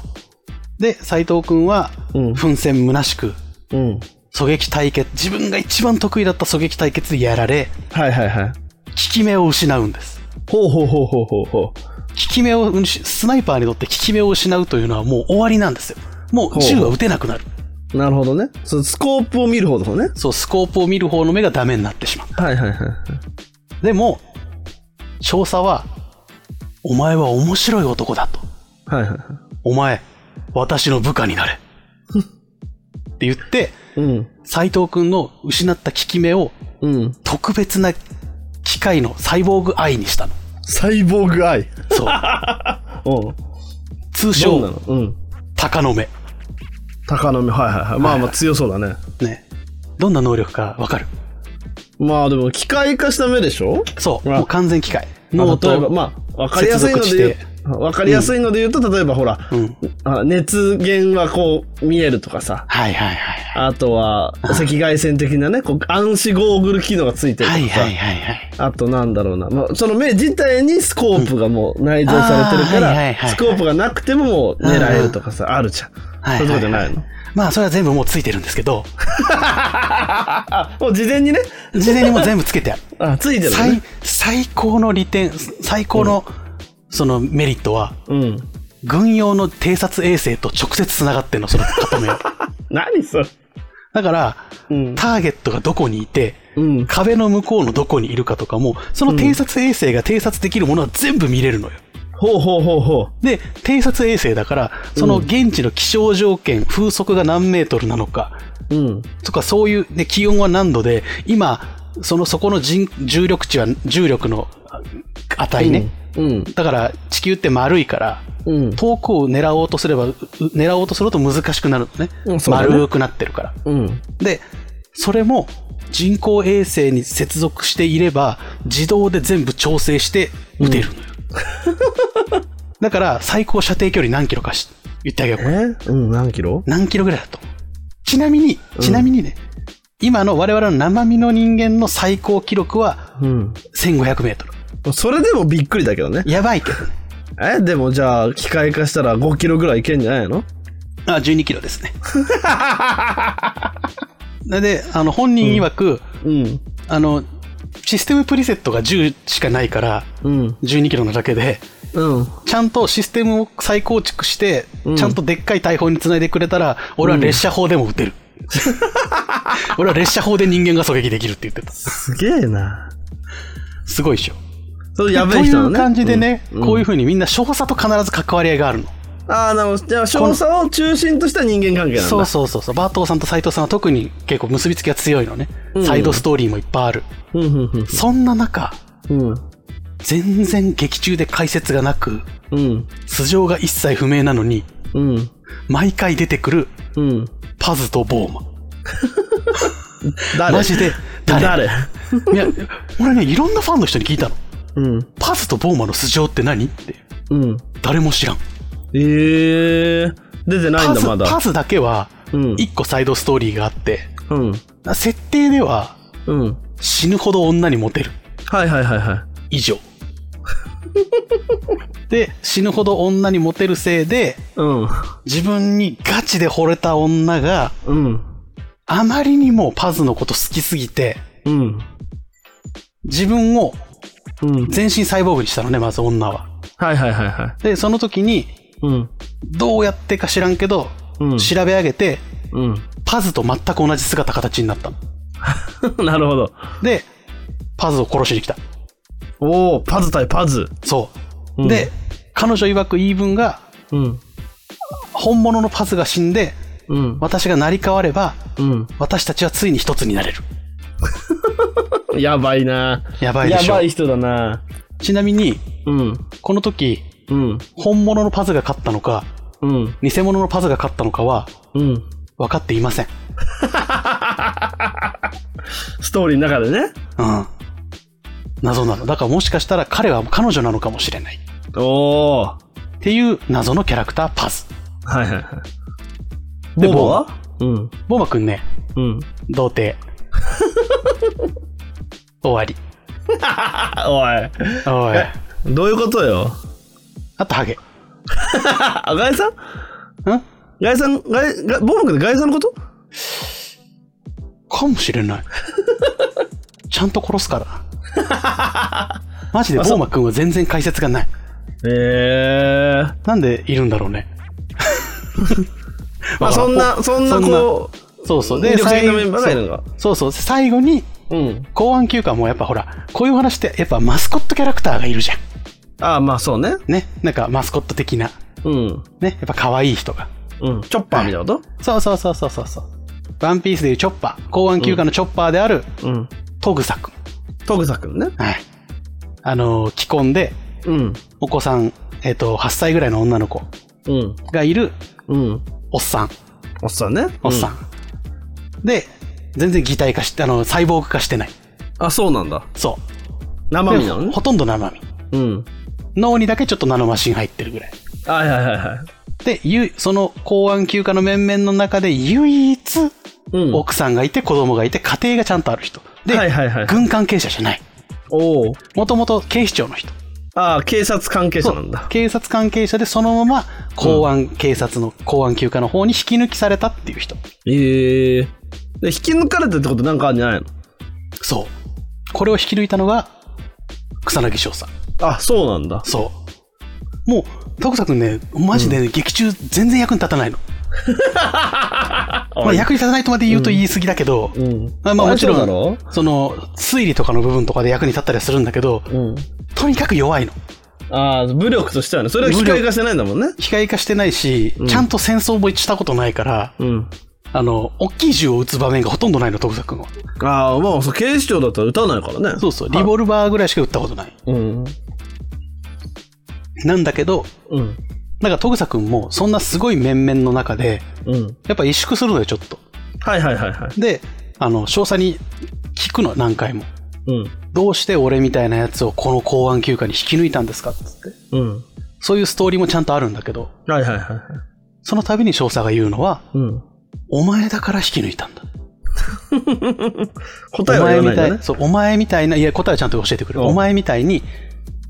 う。で、斎藤くんは、
うん
奮戦虚しく、
うん。
狙撃対決、自分が一番得意だった狙撃対決でやられ、
はいはいはい。
効き目を失うんです。
ほうほうほうほうほうほ
効き目を失、スナイパーにとって効き目を失うというのはもう終わりなんですよ。もう銃は撃てなくなる。
う。なるほどね。そのスコープを見る方だね。
そう、スコープを見る方の目がダメになってしまう。
はいはいはい。
でも、少佐は、お前は面白い男だと。
はいはいは
お前、私の部下になれ。って言って、
い。うん。
斎藤くんの失った効き目を
うん。
特別な機械のサイボーグアイにしたの。
サイボーグアイ。
そう。
うん。
通
どうな
称、
のうん。
鷹の目。
高の目。はいはいはい。まあまあ強そうだね。
ね。どんな能力かわかる。
まあでも機械化した目でしょ
そう。
うわ
もう完全機械。
まあ
脳
例えば、
と、
まあ、わかりやすいので言
接
う、わかりやすいので言うと、例えばほら、
うん。
あ熱源はこう見えるとかさ、
はいはいはい。
あとは赤外線的なね、こう暗視ゴーグル機能がついてると
は
か
い
さ、
はいはいはい。
あとなんだろうな、まあ、その目自体にスコープがもう内蔵されてるか
うんあーはいはいは
ら、
い
スコープがなくてももう狙えるとかさ、あるじゃん。
はい
そういうとこじゃないの。
まあ、それは全部もうついてるんですけ ど、
あ、もう事前にね、
事前にもう全部つけてある。
あついてるの
最
ね。
最高の利点、最高の、そのメリットは、
うん。
軍用の偵察衛星と直接つながってんの、その片目 は。
何それ。
だから、
うん。
ターゲットがどこにいて、
うん。
壁の向こうのどこにいるかとかも、その偵察衛星が偵察できるものは全部見れるのよ。
ほうほうほうほう。
で、偵察衛星だから、その現地の気象条件、風速が何メートルなのか、
うん。
とかそういう、ね、気温は何度で、今、そのそこの人重力値は、重力のあ値ね。
うん。
だから、地球って丸いから、
うん。
遠くを狙おうとすれば、うう狙おうとすると難しくなるのね。
うんそうだね
丸くなってるから。
うん。
で、それも人工衛星に接続していれば、自動で全部調整して撃てる のよ。だから、最高射程距離何キロかし言ってあげよう
え
か。
うん、何キロ
何キロぐらいだと。ちなみに、ちなみにね、今の我々の生身の人間の最高記録は
うん。
1500メートル。
それでもびっくりだけどね。
やばいけどね。
え、でもじゃあ、機械化したら5キロぐらいいけんじゃないの
あ、12キロです ね。で、あの、本人曰く、
うん。
あの、システムプリセットが10しかないから、
うん。
12キロなだけで、
うん。
ちゃんとシステムを再構築して、
うん
ちゃんとでっかい大砲につないでくれたら、俺は列車砲でも撃 てる。俺は列車砲で人間が狙撃できるって言ってた。
すげえな。
すごいでしょ。
それやべえ人
と
な
い
の
う
ね。
感じでね、
うん
こういうふうにみんな少佐と必ず関わり合いがあるの。
ああ、なるほど。じゃあ、少佐を中心とした人間関係なんだ。
そうそうそうそう。バートーさんと斎藤さんは特に結構結びつきが強いのね。
うん
サイドストーリーもいっぱいある。
うん。うん。
そんな中、
うん。
全然劇中で解説がなく、
うん。
素性が一切不明なのに、
うん。
毎回出てくる
うん。
パズとボー マ。
誰
マジで誰
誰
いや、俺ね、いろんなファンの人に聞いたの。
うん。
パズとボーマの素性って何って。
うん。
誰も知らん。
ええー。出てないん
パ
だ、
ズ、
ま
パ
だ。
ズだけは、
うん。
一個サイドストーリーがあって、
うん。
設定では
うん。
死ぬほど女にモテる。
はいはいはいはい。
以上。 で、死ぬほど女にモテるせいで、
うん。
自分にガチで惚れた女が
うん。
あまりにもパズのこと好きすぎて、
うん。
自分を
うん。
全身サイボーグにしたのね、まず女は。
はいはいはいはい。
で、その時に、
うん。
どうやってか知らんけど、
うん。
調べ上げて、
う
パズと全く同じ姿形になったの
ん。 なるほど。
で、パズを殺しに来た。
おお、パズ対パズ。
そうう。
ん
で、彼女曰く言い分が、
うん。
本物のパズが死んで、
うん。
私が成り代われば、
うん。
私たちはついに一つになれる。
やばいな。
やばいで
や
しょ
ばい。人だな。
ちなみに、
うん。
この時、
うん。
本物のパズが勝ったのか、
うん。
偽物のパズが勝ったのかは、
うん。
分かっていません。
ストーリーの中でね。
うん。謎なの。だからもしかしたら彼は彼女なのかもしれない。っ
おお。は
ていう謎のキャラクター、パズ。
いはいはい。
で
ボバはうん。
ボーマくんね、
うん。
童貞。 終わり。
あ
おい。
おい。どういうことよ。
あとハゲ。
あ、ガイさん
ん
ガイさん、ガイ、ガボム君ってガイさんのこと
かもしれない。ちゃんと殺すから。 マジでボーマくんは全然解説がない。
ええー。
なんでいるんだろうね。
まあ、そんな、そんな、
そんな
こう、
そうそう。
魅
で、
力的
最
なメンバーがいるの
後
か。
そうそう。最後に、
うん。
公安休暇もやっぱほら、こういうお話ってやっぱマスコットキャラクターがいるじゃん。
ああ、まあそうね。
ね。なんかマスコット的な、
うん。
ね。やっぱ可愛い人が。
うん。チョッパーみたいなこ
そうそうそうそうそうそう。ワンピースでいうチョッパー。公安休暇のチョッパーである、
とうん。
トグサく
トグサ君ね。
ん。はい。あのー、既婚で、
うん。
お子さん、えっ、と、8歳ぐらいの女の子
うん。
がいる
うん。
おっさん。
おっさんね。
おっさん。で、全然擬態化して、あの、サイボーグ化してない。
うん。あ、そうなんだ。
そ
生
う。
身なの
で
ね
ほ。とんど生身。
うん。
脳にだけちょっとナノマシン入ってるぐらい。
はいはいはいはい。
で、ゆその公安休暇の面々の中で唯一、
うん。
奥さんがいて子供がいて家庭がちゃんとある人。で、
はいはいはい。
軍関係者じゃない。
おお。
もともと警視庁の人。
ああ、警察関係者なんだ。
警察関係者でそのまま公安、警察の公安休暇の方に引き抜きされたっていう人。
ええー。で、引き抜かれてってことなんかあるんじゃないの
そう。これを引き抜いたのが、草薙翔さん。
あ、そうなんだ。
そう。もう、徳田くんね、マジでね、劇中全然役に立たないの。まあ、役に立たないとまで言うと言い過ぎだけど、
うん。
まあまあもちろん
あれそう
その、推理とかの部分とかで役に立ったりはするんだけど、
だろうん。
とにかく弱いの。
ああ、武力としてはね。それは機械化してないんだもんね。
機械化してないし、
うん
ちゃんと戦争もしたことないから、
うん。
あの、大きい銃を撃つ場面がほとんどないの、徳田くんは。
ああ、まあ、そう警視庁だったら撃たないからね。
そうそう、リボルバーぐらいしか撃ったことない。
うん。
なんだけど、
うん。
なんか徳田くんも、そんなすごい面々の中で、
うん。
やっぱ萎縮するのよ、ちょっと。
はいはいはいはい。
で、あの、少佐に聞くの、何回も。
うん。
どうして俺みたいなやつをこの公安休暇に引き抜いたんですかっつって。
うん。
そういうストーリーもちゃんとあるんだけど、
はいはいはいはい。
その度に少佐が言うのは、
うん。
お前だから引き抜いたんだ。
答えは
お
言
前
わ
み
な
た
い
い
よね。
そう、お前みたいな、いや、答えはちゃんと教えてくれる。
うん
お前みたいに、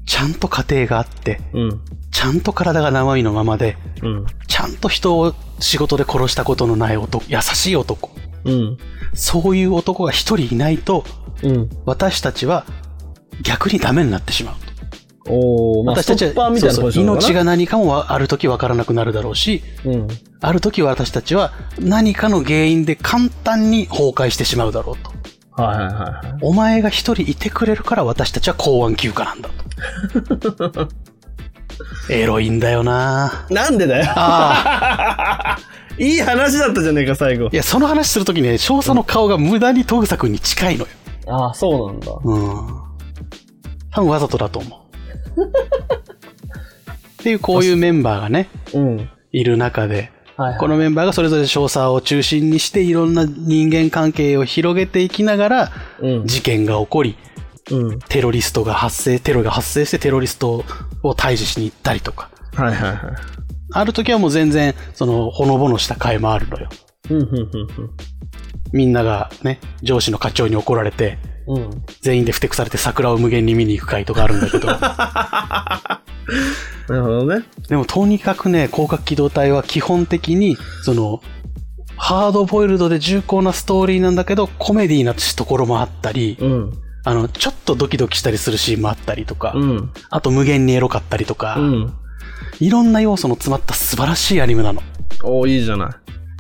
ちゃんと家庭があって、
うん。
ちゃんと体が生身のままで、
うん。
ちゃんと人を仕事で殺したことのない男、優しい男。
うん。
そういう男が一人いないと、
うん。
私たちは逆にダメになってしまう。
おお、まあ、
私
スト
たち
ッパー
は
みたいなポジション
そう
だな
そう命が何かもわある時わからなくなるだろうし、
うん。
ある時私たちは何かの原因で簡単に崩壊してしまうだろうと。
はいはいはいはい。
お前が一人いてくれるから私たちは公安休暇なんだと。 エロいんだよな
なんでだよ。
ああ。
いい話だったじゃねえか、最後
い。や、その話するときね、少佐の顔が無駄にトグサ君に近いのよ。
ああ、そうなんだ。
うん。多分わざとだと思う。っていうこういうメンバーがね、
うん。
いる中で、
はい、
このメンバーがそれぞれ少佐を中心にしていろんな人間関係を広げていきながら
うん。
事件が起こり、
うん。
テロリストが発生、テロが発生してテロリストを退治しに行ったりとか。
はいはいはい。
ある時はもう全然、その、ほのぼのした回もあるのよ。
うん、うん、うん
みんながね、上司の課長に怒られて、
うん。うん。
全員でふてくされて桜を無限に見に行く回とかあるんだけ ど。
なるほどね。
でもとにかくね、広角機動隊は基本的に、その、ハードボイルドで重厚なストーリーなんだけど、コメディーなところもあったり、
うん。
あの、ちょっとドキドキしたりするシーンもあったりとか、
うん。
あと無限にエロかったりとか、
うん。
いろんな要素の詰まった素晴らしいアニメなの。
おお、いいじゃない。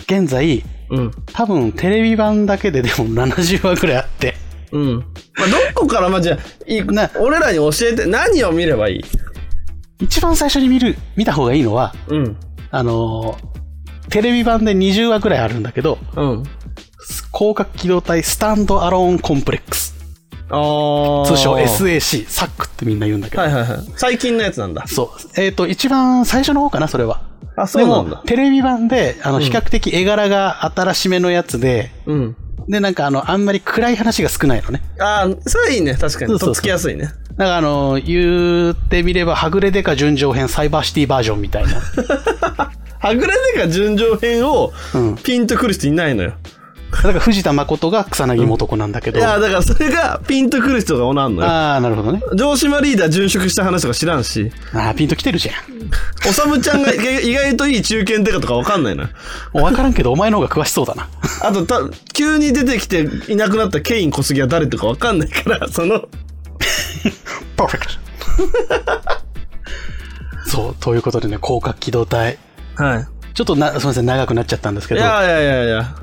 現在、
うん。
多分テレビ版だけででも70話ぐらいあって。
うん。まあ、どこからまあ、じゃあ、い
ね
俺らに教えて、何を見ればいい
一番最初に見る、見た方がいいのは、
うん。
あのーテレビ版で20話ぐらいあるんだけど、
うん。
広角機動隊スタンドアローンコンプレックス。
ああ。
通称。SAC、サックってみんな言うんだけど。
はいはいはい。最近のやつなんだ。
そう。えっ、と、一番最初の方かな、それは。
あ、そ
で
うな
も
んだ、。
テレビ版で、あの、
うん
比較的絵柄が新しめのやつで、
うん。
で、なんかあの、あんまり暗い話が少ないのね。
ああ、それはいいね。確か
そうそう
に。
そう
とっつきやすいね。
だからあの、言ってみれば、はぐれデカ純情編サイバーシティバージョンみたい な。
はぐれでか純情編を
うん。だ
ピンとくる人いないのよ。
から藤田誠が草薙素子なんだけ
い
ど。
や、
あ
だからそれがピンとくる人がおらんのよ。
あー、なるほどね。
城島リーダー殉職した話とか知ら んし、
ああ、ピンときてるじゃん。
おさむちゃんが意外といい中堅ってかとかわかんないな。
もうわからんけど、お前の方が詳しそうだな。
あと、た、急に出てきていなくなったケイン小杉は誰とかわかんないから、 その、
パーフェクト。 そう、ということでね、広角機動隊。
はい。
ちょっとな、すみません、長くなっちゃったんですけ
い
ど、
やいやいやいや。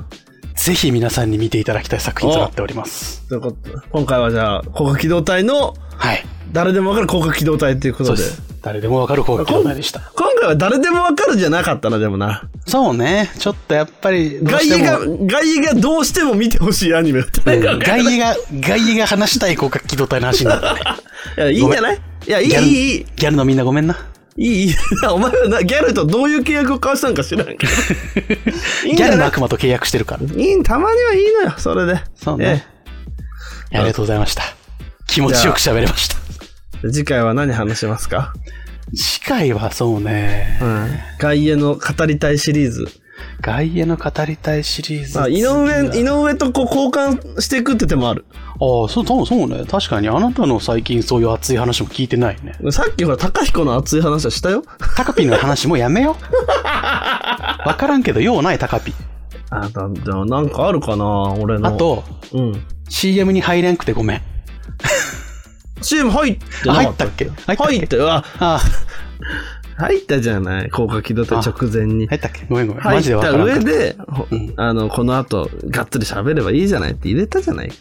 ぜひ皆さんに見ていただきたい作品となっております。
ということで今回はじゃあ、広角機動隊の、
はい。
誰でもわかる広角機動隊っていうこ
そ
と
うで
で。
す。誰でもわかる広角機動隊でした。
今回は誰でもわかるじゃなかったな、でもな。
そうね、ちょっとやっぱりどう
外
して
野
も、
が、外野がどうしても見てほしいアニメだったね。
うん外野が、外野が話したい広角機動隊の 話になったね。
いや、いいんじゃないいや、いい、
ギャル
いい、いい。
ギャルのみんなごめんな。
いい、いい。 お前はな、ギャルとどういう契約を交わしたんか知らんけど。いいん
ギ
じ
ャ
ゃ
ルの
ない
悪魔と契約してるから。
いい、たまにはいいのよ、それで。
そうね
え
ありがとうございました。気持ちよく喋れました。
え。次回は何話しますか
次回はそうね、
うん。外野の語りたいシリーズ。
外野の語りたいシリーズ。
まあ、井上、井上とこう交換していくって手もある。
ああ、そう、多分そうね。確かに、あなたの最近そういう熱い話も聞いてないね。
さっきほら、高彦の熱い話はしたよ。
タカピの話もうやめ よう。わからんけど、用ないタカピ。
あ、だ、だ、なんかあるかな俺の。
あ、と、
うん。
CM に入れんくてごめん。
CM 入ってなか
入っ
った
た
っ
っけ
け
入ったっ
入っ
け
たよ。あ、
ああ、
入ったじゃない。高架機動隊直前に。
入ったっけごめんごめん。
入
マ
っ
ジでわか
た
らんか
上
った。
で、ほ
うん
あの、この後、がっつり喋ればいいじゃないって入れたじゃないか。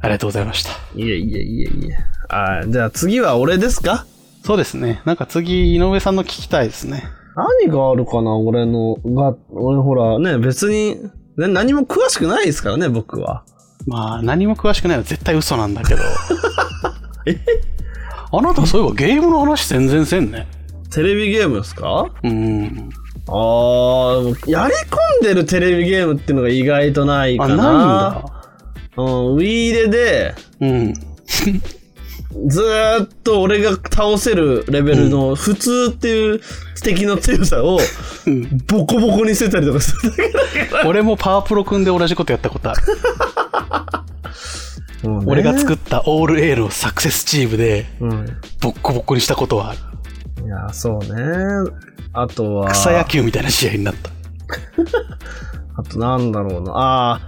ありがとうございました。
いやいやいやいや。あーじゃあ次は俺ですか
そうですね。なんか次、井上さんの聞きたいですね。
何があるかな俺の、が、俺ほらね、別に、ね、何も詳しくないですからね、僕は。
まあ、何も詳しくないのは絶対嘘なんだけ ど。あなたそういえばゲームの話全然せんね。
テレビゲームですか
うん。
あー、でもやり込んでるテレビゲームっていうのが意外とない
あ、
か
ない
な。
んだ。
うん、ウィーレで、
うん。
ずーっと俺が倒せるレベルの普通っていう敵の強さを
うん
ボコボコにしてたりとかするだけだ
俺もパワープロ組んで同じことやったことある。俺が作ったオールエールをサクセスチームで
うん。
ボッコボコにしたことはある
いや、そうね。あとは、
草野球みたいな試合になった
あとなんだろうな。ああ、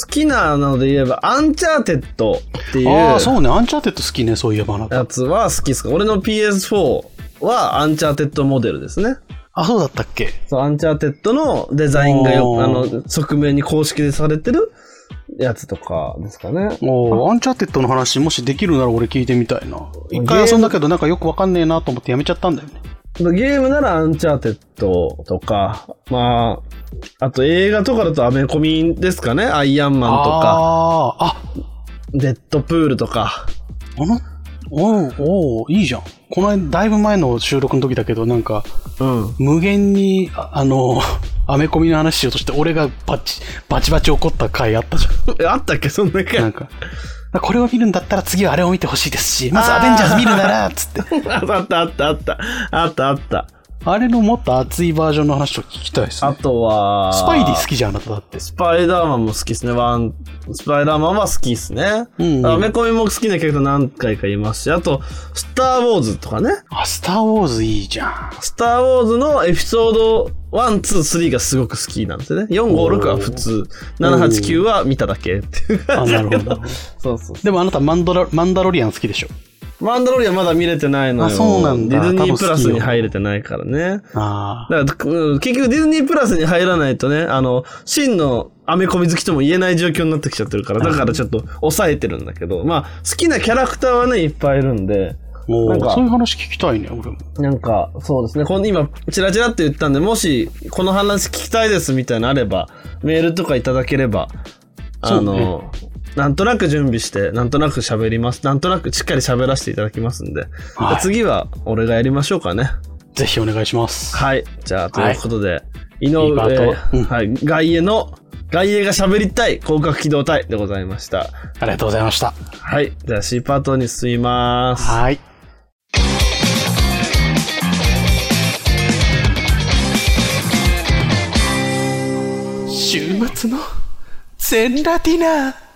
好きなので言えば、アンチャーテッドっていう
ああそうねアンチャーテッド好きねそういえばあなた
やつは好きですか俺の PS4 はアンチャーテッドモデルですね。
あそうだったっけ
そう、アンチャーテッドのデザインがよ
おー
あの、側面に公式でされてるやつとかですかね。
おおアンチャーテッドの話もしできるなら俺聞いてみたいな
ゲーム
一回遊んだけどなんかよくわかんねえなと思ってやめちゃったんだよね
ゲームならアンチャーテッドとか、まあ、あと映画とかだとアメコミですかね。アイアンマンとか、
あああ
デッドプールとか。
あのおうおういいじゃんこの間だいぶ前の収録の時だけどなんか
うん。
無限にああの アメコミの話しようとして俺がバチバチバチ怒った回あったじゃん
え あったっけそんな回。
なんか、これを見るんだったら次はあれを見てほしいですし、まずアベンジャーズ見るな ら、つって。
あったあったあった。あったあった。
あれのもっと熱いバージョンの話を聞きたいです
あ
ね。
とは、
スパイディ好きじゃん、あなただって。
スパイダーマンも好きですね。ワン、スパイダーマンは好きですね。
うんうん
アメコミも好きなキャラクター何回かいますし、あと、スター・ウォーズとかね。
あ、スターウォーズいいじゃん。
スター・ウォーズのエピソード1、2、3がすごく好きなんですよね。4、5、6は普通。7、8、9は見ただけっていう
あ、
感じ
な
だ
る
け
ほど
ど。。そうそうそ
でもあなたマンドラマンダロリアン好きでしょ。
う。マンダロリアンまだ見れてないのよ。
あそうなんだ
ディズニープラ
多分好
ス
きよ
に入れてないからね。
ああ。
だから、うん結局ディズニープラスに入らないとね、あの、真のアメコミ好きとも言えない状況になってきちゃってるから、だからちょっと抑えてるんだけど、まあ、好きなキャラクターはね、いっぱいいるんで、
も
なん
う、
か
そういう話聞きたいね、俺も。
なんか、そうですね、この今、チラチラって言ったんで、もし、この話聞きたいですみたいなのあれば、メールとかいただければ、あの、なんとなく準備して、なんとなく喋ります。なんとなくしっかり喋らせていただきますんで。
はい
次は、俺がやりましょうかね。
ぜひお願いします。
はい。じゃあ、ということで、井上、
いいパートうん
はい、外衛の、外衛が喋りたい広角機動隊でございました。
ありがとうございました。
はい。じゃあ C パートに進みます。
はい。週末の全ラティナー。